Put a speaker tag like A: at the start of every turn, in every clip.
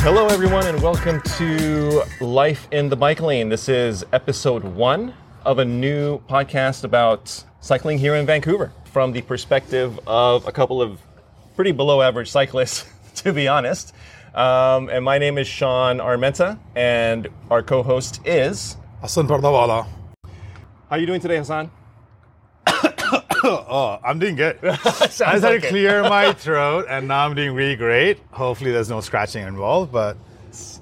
A: Hello, everyone, and welcome to Life in the Bike Lane. This is episode one of a new podcast about cycling here in Vancouver from the perspective of a couple of pretty below average cyclists, to be honest. Um, and my name is Sean Armenta, and our co host is.
B: Hassan Pardavala.
A: How are you doing today, Hassan?
B: Oh, I'm doing good.
A: Sounds
B: I
A: like
B: started
A: it.
B: to clear my throat, and now I'm doing really great. Hopefully, there's no scratching involved, but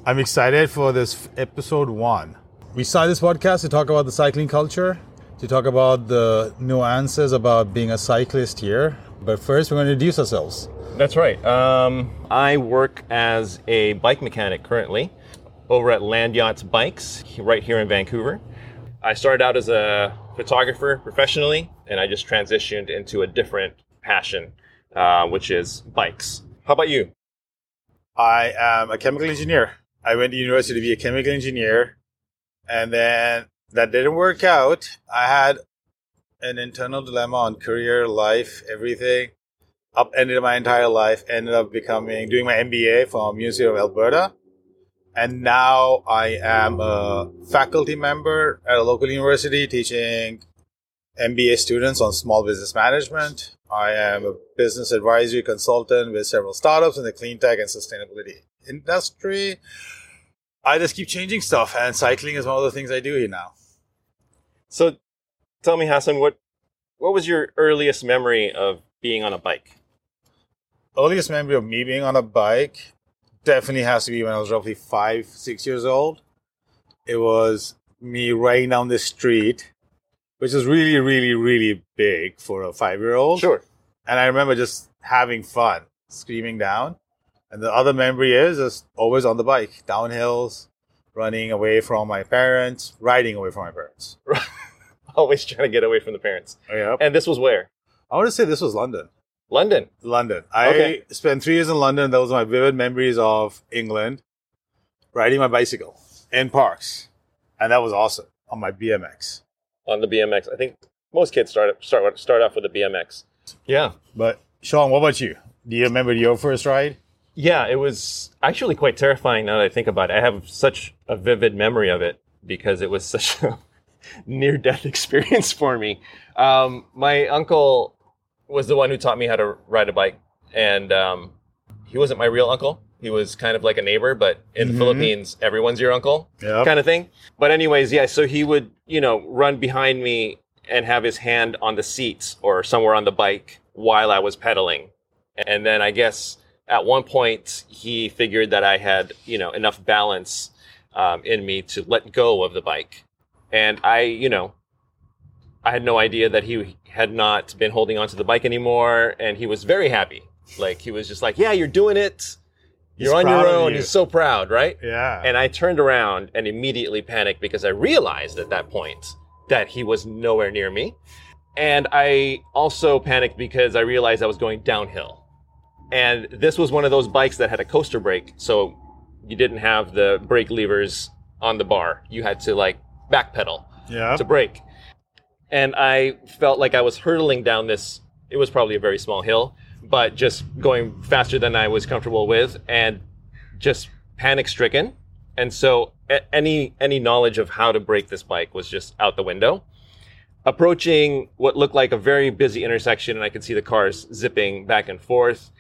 B: I'm excited for this f- episode one. We started this podcast to talk about the cycling culture, to talk about the nuances about being a cyclist here. But first, we're going to introduce ourselves.
A: That's right. Um, I work as a bike mechanic currently over at Land Yachts Bikes he- right here in Vancouver. I started out as a photographer professionally, and I just transitioned into a different passion, uh, which is bikes. How about you?
B: I am a chemical engineer. I went to university to be a chemical engineer, and then that didn't work out. I had an internal dilemma on career, life, everything. Upended my entire life. Ended up becoming doing my MBA from University of Alberta, and now I am a faculty member at a local university teaching MBA students on small business management. I am a business advisory consultant with several startups in the clean tech and sustainability industry. I just keep changing stuff, and cycling is one of the things I do here now.
A: So, tell me, Hassan, what what was your earliest memory of being on a bike?
B: Earliest memory of me being on a bike definitely has to be when I was roughly five, six years old. It was me riding down the street, which is really, really, really big for a five year old. and I remember just having fun, screaming down. And the other memory is just always on the bike, down hills, running away from my parents, riding away from my parents.
A: Always trying to get away from the parents.
B: Yep.
A: And this was where?
B: I want to say this was London.
A: London.
B: London. I
A: Okay.
B: spent three years in London. Those are my vivid memories of England, riding my bicycle in parks, and that was awesome on my BMX.
A: on the BMX. I think most kids start start start off with a BMX. Yeah,
B: But Sean, what about you? Do you remember your first ride?
A: yeah. It was actually quite terrifying now that I think about it. I have such a vivid memory of it because it was such a near death experience for me. Um, my uncle was the one who taught me how to ride a bike, and um, he wasn't my real uncle. He was kind of like a neighbor, but in the
B: Mhm.
A: Philippines, everyone's your uncle.
B: Yeah.
A: kind of thing. But anyways, yeah, so he would, you know, run behind me and have his hand on the seats or somewhere on the bike while I was pedaling. And then I guess at one point he figured that I had, you know, enough balance um, in me to let go of the bike. And I, you know, I had no idea that he had not been holding onto the bike anymore. And he was very happy. Like he was just like, yeah, you're doing it.
B: He's
A: You're on
B: proud
A: your
B: of
A: own.
B: you.
A: He's so proud, right?
B: Yeah.
A: And I turned around and immediately panicked because I realized at that point that he was nowhere near me. And I also panicked because I realized I was going downhill. And this was one of those bikes that had a coaster brake. So you didn't have the brake levers on the bar. You had to like backpedal
B: yeah.
A: to break. And I felt like I was hurtling down this, it was probably a very small hill, but just going faster than I was comfortable with and just panic stricken. And so a- any any knowledge of how to break this bike was just out the window. Approaching what looked like a very busy intersection, and I could see the cars zipping back and forth.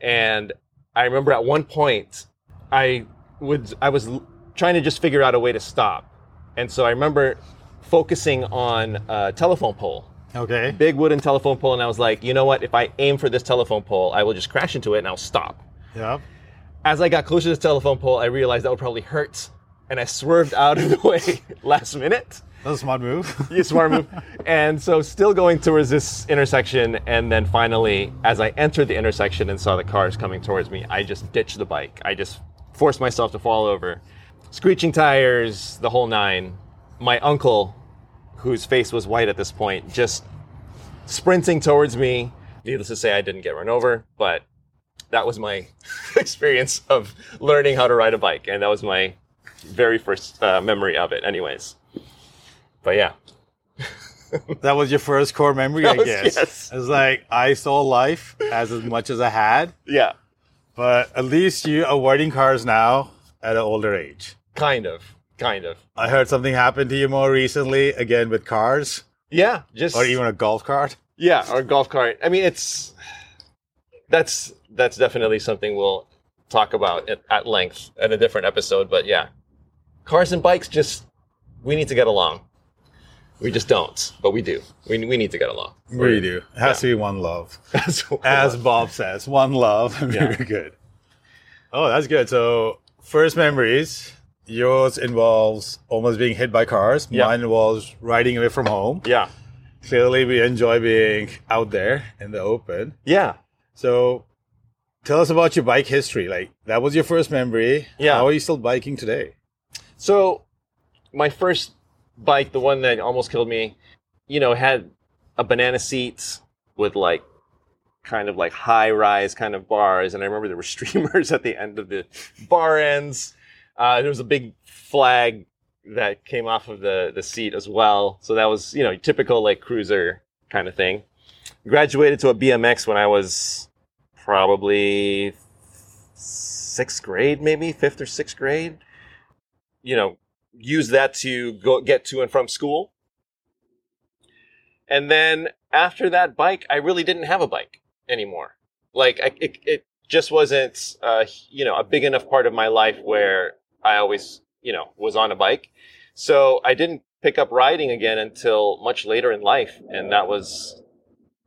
A: And I remember at one point, I would I was l- trying to just figure out a way to stop, and so I remember focusing on a telephone pole,
B: okay.
A: big wooden telephone pole, and I was like, you know what? If I aim for this telephone pole, I will just crash into it and I'll stop.
B: Yeah.
A: As I got closer to the telephone pole, I realized that would probably hurt, and I swerved out of the way last minute.
B: That's a smart move.
A: You smart move. And so, still going towards this intersection, and then finally, as I entered the intersection and saw the cars coming towards me, I just ditched the bike. I just forced myself to fall over, screeching tires, the whole nine. My uncle, whose face was white at this point, just sprinting towards me. Needless to say, I didn't get run over, but that was my experience of learning how to ride a bike, and that was my very first uh, memory of it. Anyways, but yeah.
B: That was your first core memory, I
A: was-
B: guess.
A: yes.
B: It's like I saw life as much as I had,
A: Yeah.
B: But at least you are avoiding cars now at an older age.
A: Kind of, kind of.
B: I heard something happened to you more recently, again with cars
A: Yeah, just
B: or even a golf cart.
A: yeah, or golf cart. I mean, it's that's that's definitely something we'll talk about at, at length at a different episode. But yeah, cars and bikes just we need to get along. We just don't, but we do. We, we need to get along.
B: We do. It has to be one love.
A: So-
B: As Bob says, one love. Very good. Oh, that's good. So, first memories. Yours involves almost being hit by cars.
A: Yeah.
B: Mine involves riding away from home.
A: yeah,
B: Clearly, we enjoy being out there in the open.
A: yeah.
B: So, tell us about your bike history. Like, that was your first memory.
A: Yeah.
B: How are you still biking today?
A: So, my first bike, the one that almost killed me, you know, had a banana seat with like kind of like high rise kind of bars. And I remember there were streamers at the end of the bar ends. Uh, there was a big flag that came off of the, the seat as well. So, that was, you know, typical like cruiser kind of thing. Graduated to a BMX when I was probably sixth grade, maybe fifth or sixth grade you know, use that to go get to and from school. And then after that bike, I really didn't have a bike anymore. Like I, it, it just wasn't, uh, you know, a big enough part of my life where I always, you know, was on a bike. So I didn't pick up riding again until much later in life, and that was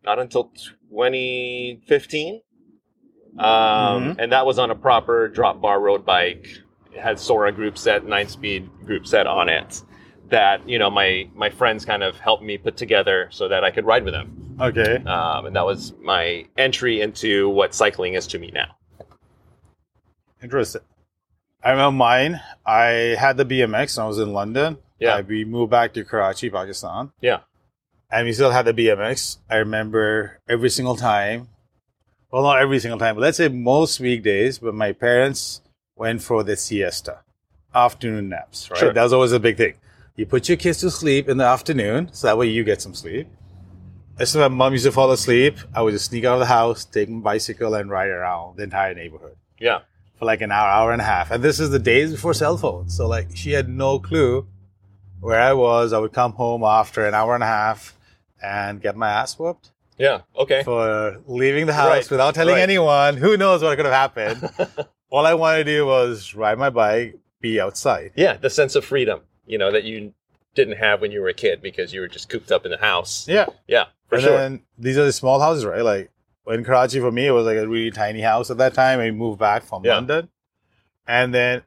A: not until 2015. Um, And that was on a proper drop bar road bike it had Sora group set, nine speed group set on it that, you know, my, my friends kind of helped me put together so that I could ride with them.
B: Okay.
A: Um, and that was my entry into what cycling is to me now.
B: Interesting. I remember mine. I had the BMX when I was in London.
A: Yeah.
B: I- we moved back to Karachi, Pakistan.
A: Yeah.
B: And we still had the BMX. I remember every single time. Well, not every single time, but let's say most weekdays, but my parents went for the siesta, afternoon naps, right?
A: Sure.
B: That was always a big thing. You put your kids to sleep in the afternoon, so that way you get some sleep. As soon as my mom used to fall asleep, I would just sneak out of the house, take my bicycle, and ride around the entire neighborhood
A: Yeah.
B: for like an hour, hour and a half. And this is the days before cell phones. So like she had no clue where I was. I would come home after an hour and a half and get my ass whooped
A: Yeah. Okay.
B: for leaving the house
A: Right,
B: without telling
A: right.
B: anyone. Who knows what could have happened? All I wanted to do was ride my bike, be outside.
A: Yeah. The sense of freedom, you know, that you didn't have when you were a kid because you were just cooped up in the house.
B: Yeah.
A: Yeah. For
B: and
A: sure.
B: then these are the small houses, right? Like in Karachi for me, it was like a really tiny house at that time. I moved back from
A: Yeah.
B: London. And then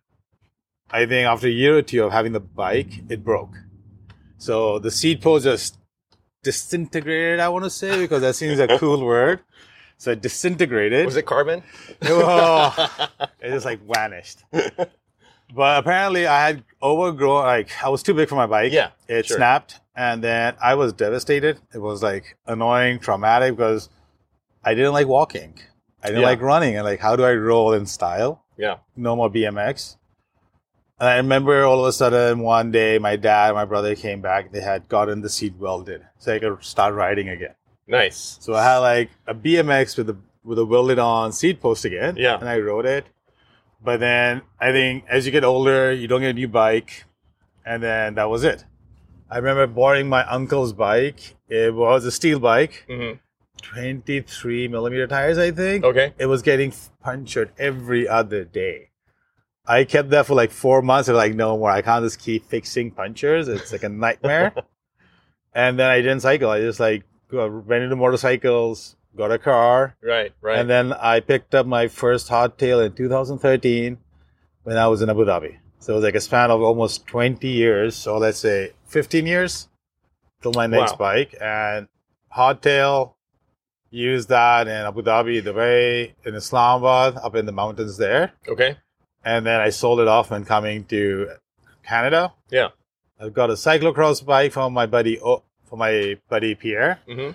B: I think after a year or two of having the bike, it broke. So the seat pole just disintegrated, I want to say, because that seems a cool word. So it disintegrated.
A: was it carbon?
B: Oh, it just like vanished. But apparently, I had overgrown. Like I was too big for my bike.
A: Yeah,
B: it
A: sure.
B: snapped, and then I was devastated. It was like annoying, traumatic because I didn't like walking. I didn't
A: Yeah.
B: like running, and like how do I roll in style?
A: Yeah.
B: No more BMX. And I remember all of a sudden one day, my dad and my brother came back. They had gotten the seat welded, so I could start riding again.
A: Nice.
B: So I had like a BMX with a with a welded on seat post again.
A: Yeah.
B: And I rode it. But then I think as you get older, you don't get a new bike. And then that was it. I remember borrowing my uncle's bike. It was a steel bike,
A: hmm
B: 23 millimeter tires, I think.
A: Okay.
B: It was getting punctured every other day. I kept that for like four months. I was like, no more. I can't just keep fixing punctures. It's like a nightmare. and then I didn't cycle. I just like go- went into motorcycles, got a car,
A: Right. Right.
B: and then I picked up my first hardtail in 2013 when I was in Abu Dhabi. So it was like a span of almost 20 years. So let's say 15 years till my next
A: Wow.
B: bike. And hardtail, used that in Abu Dhabi, Dubai, in Islamabad, up in the mountains there.
A: okay.
B: And then I sold it off when coming to Canada.
A: Yeah.
B: I've got a cyclocross bike from my buddy, o- for my buddy Pierre.
A: hmm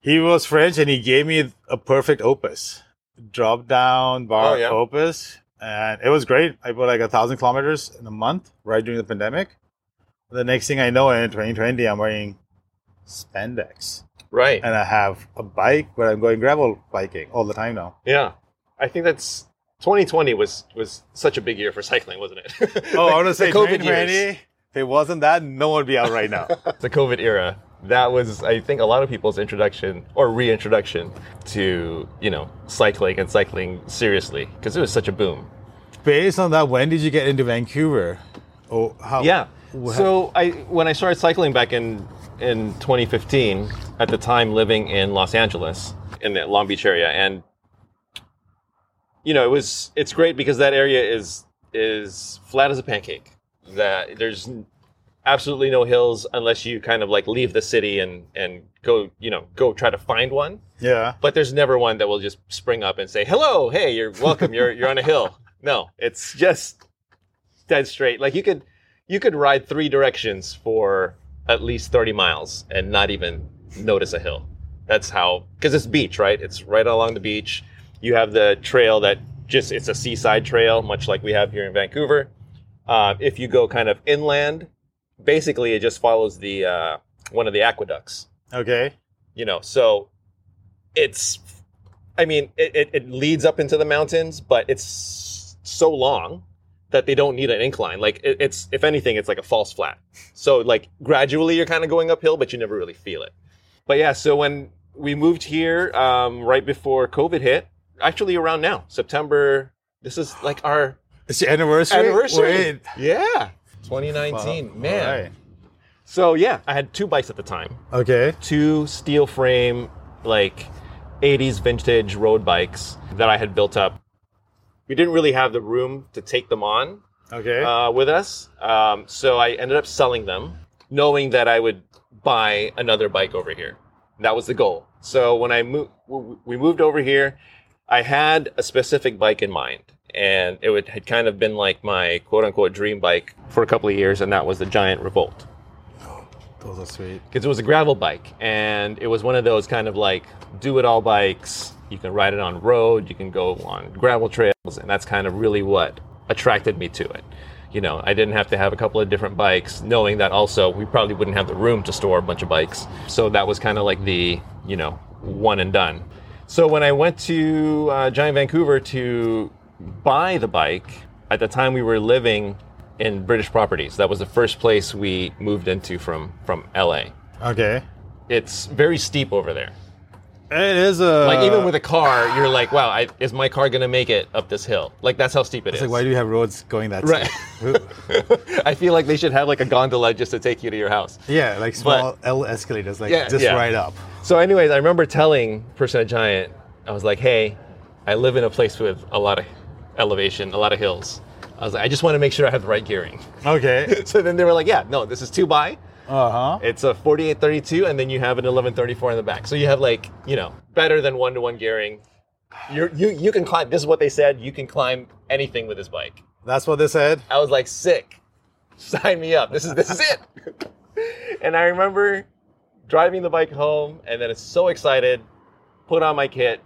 B: He was French and he gave me a perfect opus. Drop down bar
A: Oh, yeah.
B: opus. And it was great. I put like a thousand kilometers in a month right during the pandemic. The next thing I know in 2020, I'm wearing spandex
A: Right.
B: and I have a bike where I'm going gravel biking all the time now.
A: Yeah. I think that's 2020 was was such a big year for cycling, wasn't it?
B: Oh, I want
A: The
B: to say
A: COVID
B: 2020.
A: years.
B: If it wasn't that, no one would be out right now.
A: the COVID era. That was, I think, a lot of people's introduction or reintroduction to you know cycling and cycling seriously because it was such a boom.
B: Based on that, when did you get into Vancouver? Oh, how?
A: Yeah.
B: wha-
A: So I when I started cycling back in in 2015, at the time living in Los Angeles in the Long Beach area, and you know it was it's great because that area is is flat as a pancake. That there's n- absolutely no hills unless you kind of like leave the city and and go you know go try to find one.
B: yeah.
A: But there's never one that will just spring up and say hello, hey, you're welcome, you're you're on a hill. No, it's just dead straight. Like you could you could ride three directions for at least 30 miles and not even notice a hill. That's how cuz it's beach, right? It's right along the beach. You have the trail that just it's a seaside trail much like we have here in Vancouver. Uh, if you go kind of inland, basically it just follows the uh, one of the aqueducts
B: Okay.
A: you know so it's i mean it, it, it leads up into the mountains but it's so long that they don't need an incline like it, it's if anything it's like a false flat so like gradually you're kind of going uphill but you never really feel it but yeah so when we moved here um, right before covid hit actually around now september this is like our
B: It's your anniversary.
A: anniversary
B: Wait.
A: yeah
B: Wow.
A: 2019
B: All
A: man
B: right.
A: so yeah i had two bikes at the time
B: Okay.
A: two steel frame like 80s vintage road bikes that I had built up. We didn't really have the room to take them on
B: Okay.
A: uh, with us, um, so I ended up selling them, knowing that I would buy another bike over here. That was the goal. So when I moved, we moved over here. I had a specific bike in mind, and it would, had kind of been like my quote unquote dream bike for a couple of years, and that was the Giant Revolt
B: Those are sweet.
A: because it was a gravel bike and it was one of those kind of like do it all bikes. You can ride it on road, you can go on gravel trails, and that's kind of really what attracted me to it. You know, I didn't have to have a couple of different bikes, knowing that also we probably wouldn't have the room to store a bunch of bikes. So that was kind of like the, you know, one and done. So when I went to uh, Giant Vancouver to buy the bike, at the time we were living in British properties. That was the first place we moved into from from LA.
B: Okay.
A: It's very steep over there.
B: It is uh, a.
A: Like even with a car, you're like, wow, I, is my car gonna make it up this hill? Like that's how steep it is.
B: It's like, why do you have roads going that
A: Right.
B: steep?
A: I feel like they should have like a gondola just to take you to your house.
B: yeah, like small L escalators, like
A: Yeah,
B: just
A: yeah.
B: right up.
A: So, anyways, I remember telling Person at Giant, I was like, hey, I live in a place with a lot of elevation, a lot of hills. I was like, I just want to make sure I have the right gearing.
B: Okay.
A: So then they were like, yeah, no, this is two by.
B: Uh huh.
A: It's a 4832, and then you have an 1134 in the back. So you have like, you know, better than one to one gearing. You're, you you can climb. This is what they said. You can climb anything with this bike.
B: That's what they said.
A: I was like, sick. Sign me up. This is this is it. and I remember driving the bike home, and then it's so excited, put on my kit,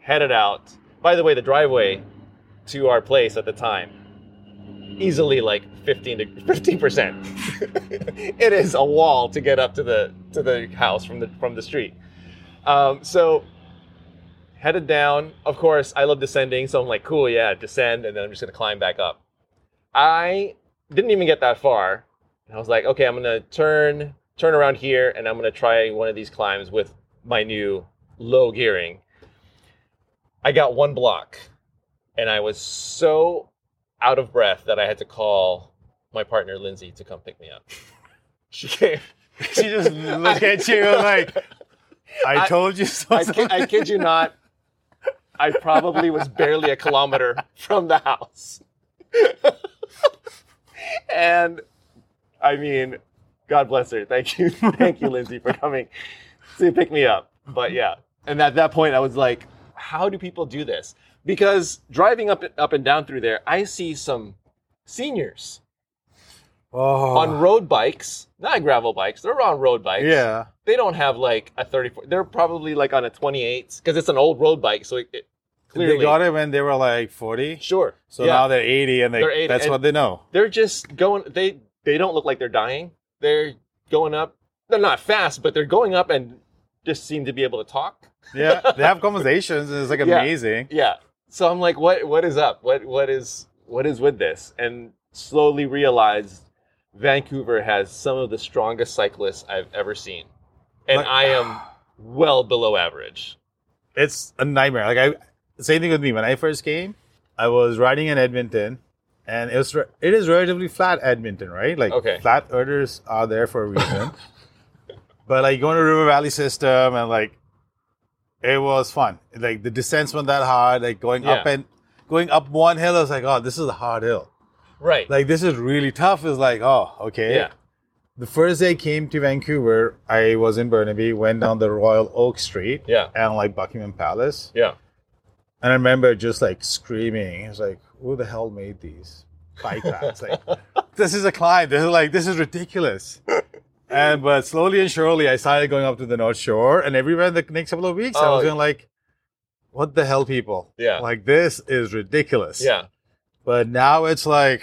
A: headed out. By the way, the driveway to our place at the time easily like 15 to 15 percent. it is a wall to get up to the to the house from the from the street. Um, so headed down. Of course, I love descending, so I'm like, cool, yeah, descend, and then I'm just gonna climb back up. I didn't even get that far. And I was like, okay, I'm gonna turn turn around here and I'm gonna try one of these climbs with my new low gearing. I got one block and I was so out of breath that I had to call my partner Lindsay to come pick me up. She came.
B: She just looked at you like, I,
A: I-
B: told you so.
A: I, ki- I kid you not. I probably was barely a kilometer from the house. and I mean, God bless her. Thank you. Thank you, Lindsay, for coming to pick me up. But yeah. And at that point, I was like, how do people do this? Because driving up, up and down through there, I see some seniors
B: oh,
A: on road bikes, not gravel bikes, they're on road bikes
B: yeah.
A: they don't have like a 34 they're probably like on a 28 because it's an old road bike so it, it clearly
B: They got it when they were like 40.
A: sure
B: So
A: Yeah.
B: now they're 80 and they,
A: They're 80,
B: that's
A: and-
B: what they know.
A: they're just going they they don't look like they're dying they're going up they're not fast but they're going up and just seem to be able to talk
B: Yeah. they have conversations and it's like
A: Yeah.
B: amazing.
A: yeah So I'm like, what what is up? What what is what is with this? And slowly realized Vancouver has some of the strongest cyclists I've ever seen. And
B: Like-
A: I am well below average.
B: it's a nightmare. Like I, the same thing with me. When I first came, I was riding in Edmonton, and it was re- it is relatively flat Edmonton, right? Like
A: Okay.
B: flat orders are there for a reason. but like going to River Valley system and like, it was fun. Like the descents weren't that hard. Like going up
A: Yeah.
B: and going up one hill, I was like, oh, this is a hard hill.
A: Right.
B: Like this is really tough. Is like, oh, okay.
A: yeah.
B: The first day I came to Vancouver, I was in Burnaby, went down the Royal Oak Street,
A: Yeah.
B: and like Buckingham Palace.
A: Yeah.
B: And I remember just like screaming. I was like, who the hell made these bike racks? like, this is a climb. This is like, this is ridiculous. And but slowly and surely, I started going up to the North Shore, and everywhere in the next couple of weeks, I
A: Oh.
B: was going like, "What the hell, people?
A: Yeah.
B: like this is ridiculous."
A: Yeah.
B: But now it's like,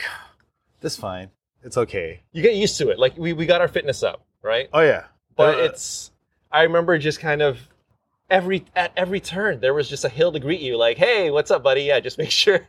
B: this fine. It's okay.
A: You get used to it. Like we, we got our fitness up, right?
B: Oh yeah,
A: But
B: Uh,
A: it's I remember just kind of every at every turn there was just a hill to greet you, like, hey, what's up, buddy? Yeah, just make sure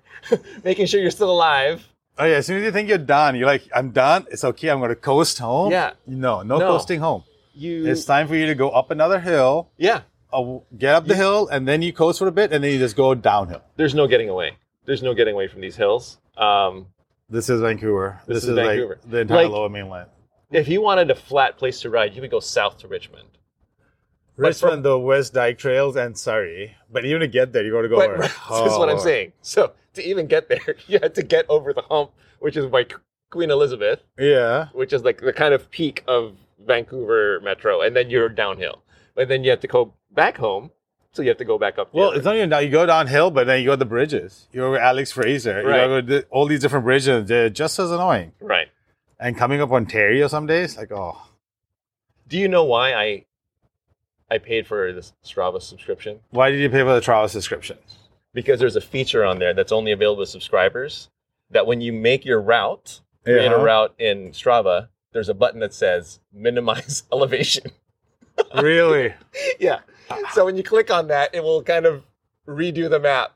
A: making sure you're still alive.
B: Oh yeah, as soon as you think you're done, you're like, I'm done. It's okay. I'm gonna coast home.
A: Yeah.
B: No, no,
A: No.
B: coasting home.
A: You
B: It's time for you to go up another hill,
A: Yeah.
B: uh, get up the hill, and then you coast for a bit, and then you just go downhill.
A: There's no getting away. There's no getting away from these hills. Um,
B: This is Vancouver.
A: This
B: This,
A: is
B: is,
A: Vancouver.
B: like the entire
A: Like-
B: Lower Mainland.
A: if you wanted a flat place to ride, you would go south to Richmond. But from-
B: Richmond, the West Dyke Trails, and sorry, but even to get there, you got to go.
A: But
B: over.
A: this is
B: Oh,
A: what I'm
B: Lord.
A: saying. So to even get there, you had to get over the hump, which is by Queen Elizabeth,
B: Yeah,
A: which is like the kind of peak of Vancouver Metro, and then you're downhill. And then you have to go back home, so you have to go back up. the
B: well,
A: other-
B: it's not even down. You go downhill, but then you go to the bridges. You go to Alex Fraser. You
A: Right.
B: go to the- all these different bridges. They're just as annoying.
A: right.
B: And coming up Ontario some days, like oh,
A: Do you know why I I paid for this Strava subscription?
B: why did you pay for the trial subscription?
A: Because there's a feature on there that's only available to subscribers. That when you make your route,
B: Yeah.
A: in a route in Strava, there's a button that says minimize elevation.
B: really?
A: yeah. So when you click on that, it will kind of redo the map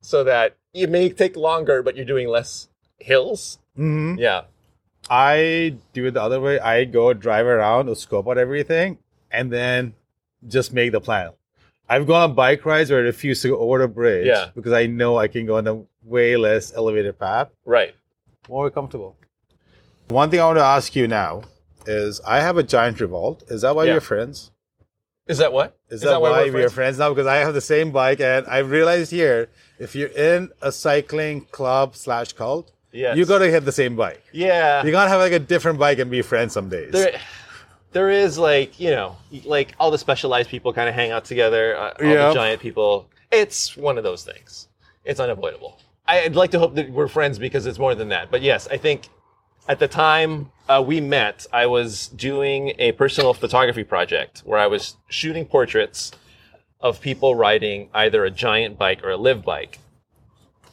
A: so that it may take longer, but you're doing less hills.
B: hmm
A: Yeah.
B: I do it the other way. I go drive around, or scope out everything, and then just make the plan. I've gone on bike rides where I refuse to go over the bridge
A: Yeah.
B: because I know I can go on a way less elevated path,
A: Right.
B: more comfortable. One thing I want to ask you now is I have a giant revolt. Is that why
A: Yeah.
B: we're friends?
A: Is that what?
B: Is, that, why, we are friends now? Because I have the same bike, and I realized here if you're in a cycling club slash cult,
A: Yes.
B: you got to hit the same bike.
A: Yeah.
B: You gotta have like a different bike and be friends some days.
A: there, there is like you know, like all the specialized people kind of hang out together. Uh, all
B: Yeah.
A: the giant people. It's one of those things. It's unavoidable. I'd like to hope that we're friends because it's more than that. But yes, I think at the time uh, we met, I was doing a personal photography project where I was shooting portraits of people riding either a giant bike or a live bike.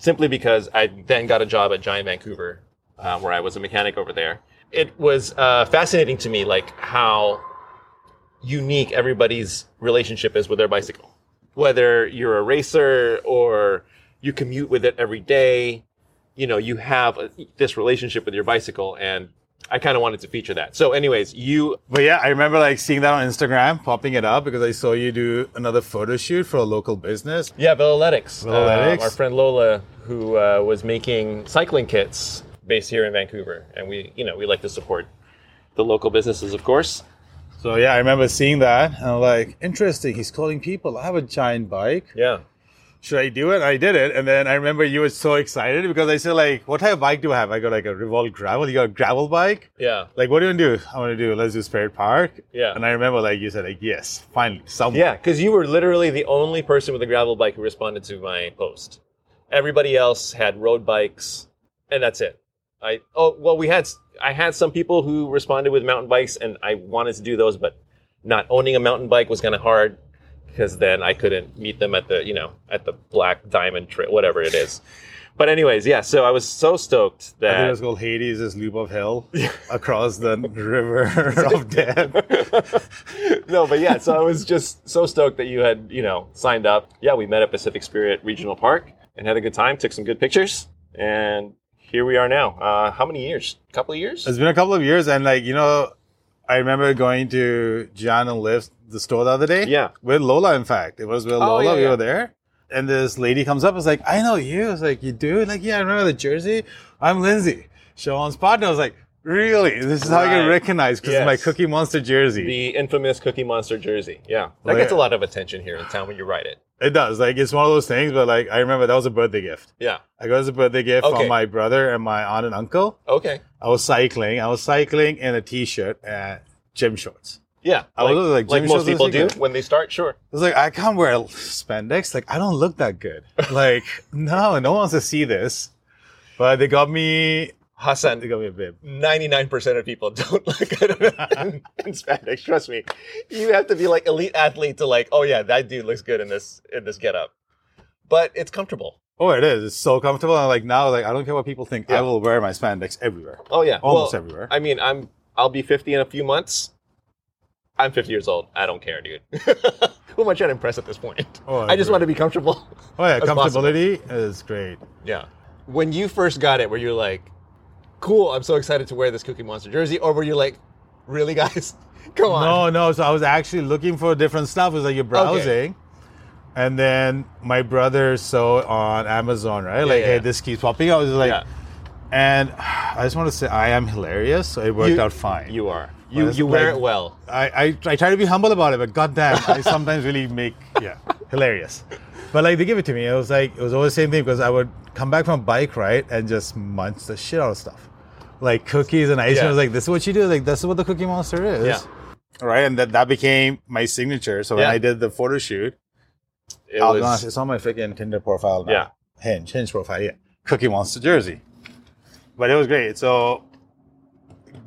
A: Simply because I then got a job at Giant Vancouver, uh, where I was a mechanic over there. It was uh, fascinating to me, like how unique everybody's relationship is with their bicycle. Whether you're a racer or you commute with it every day, you know, you have a, this relationship with your bicycle, and I kind of wanted to feature that. So, anyways, you
B: But yeah, I remember like seeing that on Instagram, popping it up because I saw you do another photo shoot for a local business.
A: Yeah, Veloletics.
B: Veloletics.
A: our friend Lola, who uh, was making cycling kits based here in Vancouver, and we, you know, we like to support the local businesses, of course.
B: So yeah, I remember seeing that and I'm like, interesting, he's calling people. I have a giant bike.
A: Yeah.
B: Should I do it? I did it. And then I remember you were so excited because I said, like, what type of bike do I have? I got like a Revolt gravel. You got a gravel bike?
A: Yeah.
B: Like, what do you want to do? I want to do, let's do Spirit Park.
A: Yeah.
B: And I remember like you said, like, yes, finally, someone.
A: Yeah, because you were literally the only person with a gravel bike who responded to my post. Everybody else had road bikes, and that's it. I oh well, we had s- I had some people who responded with mountain bikes, and I wanted to do those, but not owning a mountain bike was kind of hard because then I couldn't meet them at the you know at the Black Diamond Trail, whatever it is. But anyways, yeah. So I was so stoked
B: I think it
A: that
B: was called Hades, this loop of hell across the river of death.
A: no, but yeah, so I was just so stoked that you had, you know, signed up. Yeah, we met at Pacific Spirit Regional Park. and had a good time. Took some good pictures, and here we are now. Uh, how many years? A couple of years.
B: It's been a couple of years, and like you know, I remember going to John and Liv the store the other day.
A: Yeah. Oh,
B: with Lola. In fact, it was with Lola.
A: yeah,
B: we
A: yeah.
B: were there, and this lady comes up. and is like, I know you. I was like, you do? Like, yeah, I remember the jersey. I'm Lindsay, Sean's partner. I was like, really? This is how I get
A: Right.
B: recognized because
A: Yes.
B: it's my Cookie Monster jersey.
A: The infamous Cookie Monster jersey. Yeah, that
B: Well,
A: gets a
B: Oh, yeah.
A: lot of attention here in town when you write it.
B: it does. Like, it's one of those things. But like, I remember that was a birthday gift.
A: Yeah.
B: I got as a birthday gift
A: Okay.
B: from my brother and my aunt and uncle.
A: Okay.
B: I was cycling. I was cycling in a t-shirt and gym shorts.
A: Yeah.
B: I was like, Jimmy
A: most
B: Shorts is
A: people do
B: good.
A: when they start. Sure.
B: I was like, I can't wear spandex. Like, I don't look that good. Like, no, no one wants to see this. But they got me. They
A: Hassan,
B: got me a bib.
A: ninety-nine percent of people don't look good in, in spandex. Trust me, you have to be like elite athlete to like. Oh yeah, that dude looks good in this in this getup. But it's comfortable.
B: Oh, it is. It's so comfortable. And like now, like I don't care what people think.
A: Yeah.
B: I will wear my spandex everywhere,
A: Oh yeah,
B: almost
A: Well,
B: everywhere.
A: I mean, I'm I'll be fifty in a few months. I'm fifty years old. I don't care, dude. Who am I trying to impress at this point?
B: Oh,
A: I just
B: agree.
A: want to be comfortable.
B: Oh yeah,
A: as
B: comfortability is great.
A: Yeah. When you first got it, were you like, cool, I'm so excited to wear this Cookie Monster jersey? Or were you like, really, guys? Come on.
B: No, no. So I was actually looking for different stuff. It was like you're browsing. And then my brother saw it on Amazon, right? like,
A: yeah,
B: hey,
A: yeah.
B: this keeps popping up. It was like,
A: Yeah.
B: and I just want to say I am hilarious. So it worked
A: You-
B: out fine.
A: You are. You,
B: that's
A: you wear
B: like-
A: it well.
B: I, I, I try to be humble about it, but goddamn, I sometimes really make yeah hilarious. But like they give it to me, it was like it was always the same thing because I would come back from bike ride and just munch the shit out of stuff, like cookies and ice. cream.
A: Yeah.
B: I was like, this is what you do. Like this is what the Cookie Monster is.
A: Yeah.
B: Right, and that that became my signature. So when
A: Yeah.
B: I did the photo shoot,
A: It
B: I'll be honest, it's on my freaking Tinder profile now.
A: Yeah.
B: Hinge, Hinge profile, yeah. Cookie Monster jersey. But it was great. So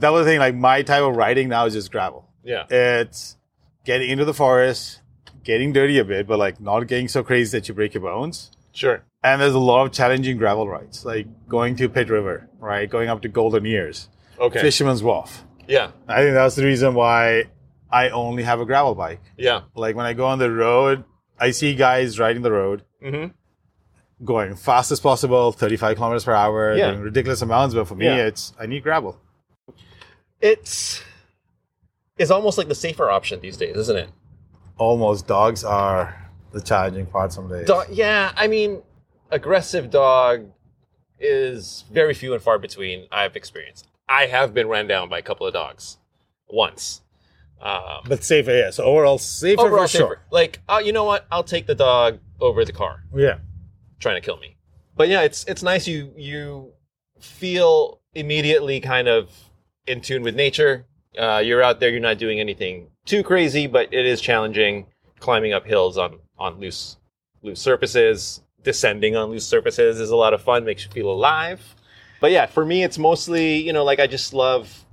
B: that was the thing. Like my type of riding now is just gravel
A: yeah.
B: it's getting into the forest, getting dirty a bit, but like not getting so crazy that you break your bones.
A: Sure.
B: And there's a lot of challenging gravel rides, like going to Pit River, right? Going up to Golden Ears,
A: Okay.
B: Fisherman's Wharf.
A: Yeah.
B: I think that's the reason why I only have a gravel bike.
A: Yeah.
B: Like when I go on the road, I see guys riding the road,
A: Mm-hmm.
B: going fast as possible, 35 kilometers per hour,
A: Yeah.
B: doing ridiculous amounts. But for me,
A: Yeah.
B: it's I need gravel.
A: It's, it's almost like the safer option these days, isn't it?
B: Almost dogs are the challenging part some days.
A: Dog, yeah, I mean, aggressive dog is very few and far between. I've experienced. I have been ran down by a couple of dogs once. Um,
B: but safer, yeah. So overall, safer
A: overall,
B: for sure.
A: safer. Like, oh, you know what? I'll take the dog over the car
B: Yeah.
A: trying to kill me. But yeah, it's it's nice. You you feel immediately kind of in tune with nature. Uh, you're out there. You're not doing anything too crazy, but it is challenging climbing up hills on on loose loose surfaces. Descending on loose surfaces is a lot of fun. Makes you feel alive. But yeah, for me, it's mostly you know like I just love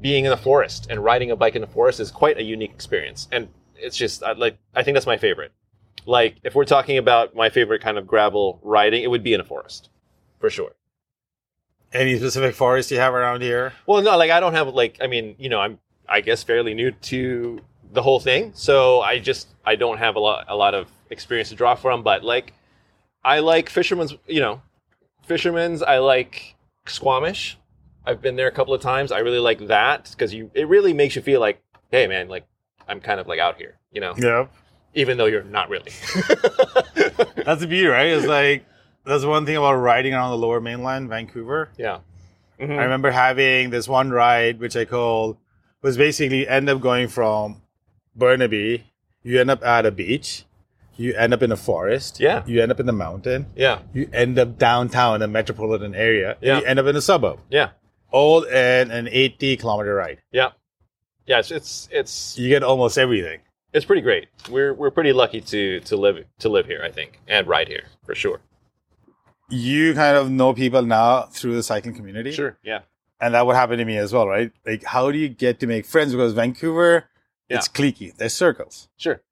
A: being in the forest and riding a bike in the forest is quite a unique experience. And it's just I, like I think that's my favorite like if we're talking about my favorite kind of gravel riding, it would be in a forest, for sure.
B: Any specific forest you have around here?
A: Well, no, like I don't have like I mean, you know, I'm I guess fairly new to the whole thing, so I just I don't have a lot a lot of experience to draw from. But like, I like fishermen's, you know, fishermen's. I like Squamish. I've been there a couple of times. I really like that because you it really makes you feel like, hey man, like I'm kind of like out here, you know,
B: Yep.
A: even though you're not really.
B: That's the beauty, right? It's like that's one thing about riding around the lower mainland, Vancouver.
A: yeah.
B: I
A: Mhm.
B: remember having this one ride which I called was basically end up going from Burnaby, you end up at a beach, you end up in a forest,
A: Yeah.
B: you end up in the mountain,
A: Yeah.
B: you end up downtown a metropolitan area, and
A: Yeah.
B: you end up in a suburb.
A: Yeah.
B: All in an 80 kilometer ride.
A: Yeah, yeah, it's it's it's,
B: You get almost everything.
A: it's pretty great. We're we're pretty lucky to to live to live here, I think, and ride here for sure.
B: You kind of know people now through the cycling community.
A: yeah,
B: and that would happen to me as well, right? Like, how do you get to make friends? Because Vancouver, it's cliquey. There's circles,
A: sure,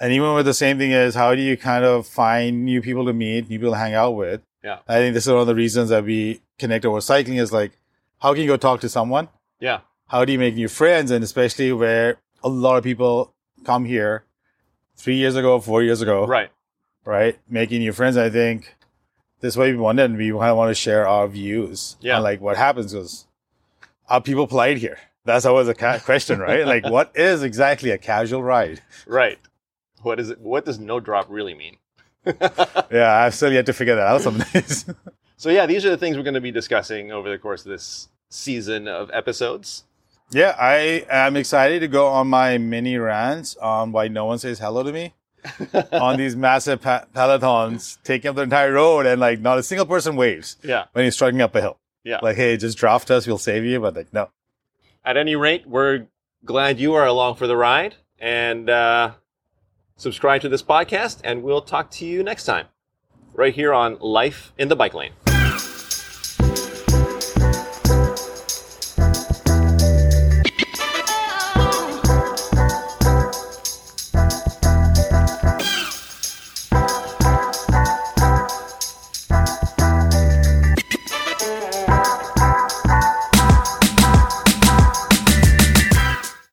B: and even with the same thing is, how do you kind of find new people to meet, new people to hang out with?
A: Yeah.
B: I think this is one of the reasons that we connect over cycling is like, how can you go talk to someone?
A: yeah,
B: How do you make new friends? And especially where a lot of people come here, three years ago, four years ago,
A: right,
B: right? Making new friends. I think this way we wanted, and we kind of want to share our views
A: Yeah.
B: on like what happens because are people polite here? That's always a ca- question, right? like, what is exactly a casual ride?
A: Right. What is it? What does no drop really mean?
B: Yeah, I've still yet to figure that out some days.
A: So yeah, these are the things we're going to be discussing over the course of this season of episodes.
B: yeah, I am excited to go on my mini rants on why no one says hello to me on these massive pa- pelotons taking up the entire road and like not a single person waves
A: yeah.
B: when he's struggling up a hill.
A: Yeah.
B: Like, hey, just draft us, we'll save you. But like, no.
A: At any rate, we're glad you are along for the ride and uh, subscribe to this podcast, and we'll talk to you next time right here on Life in the Bike Lane.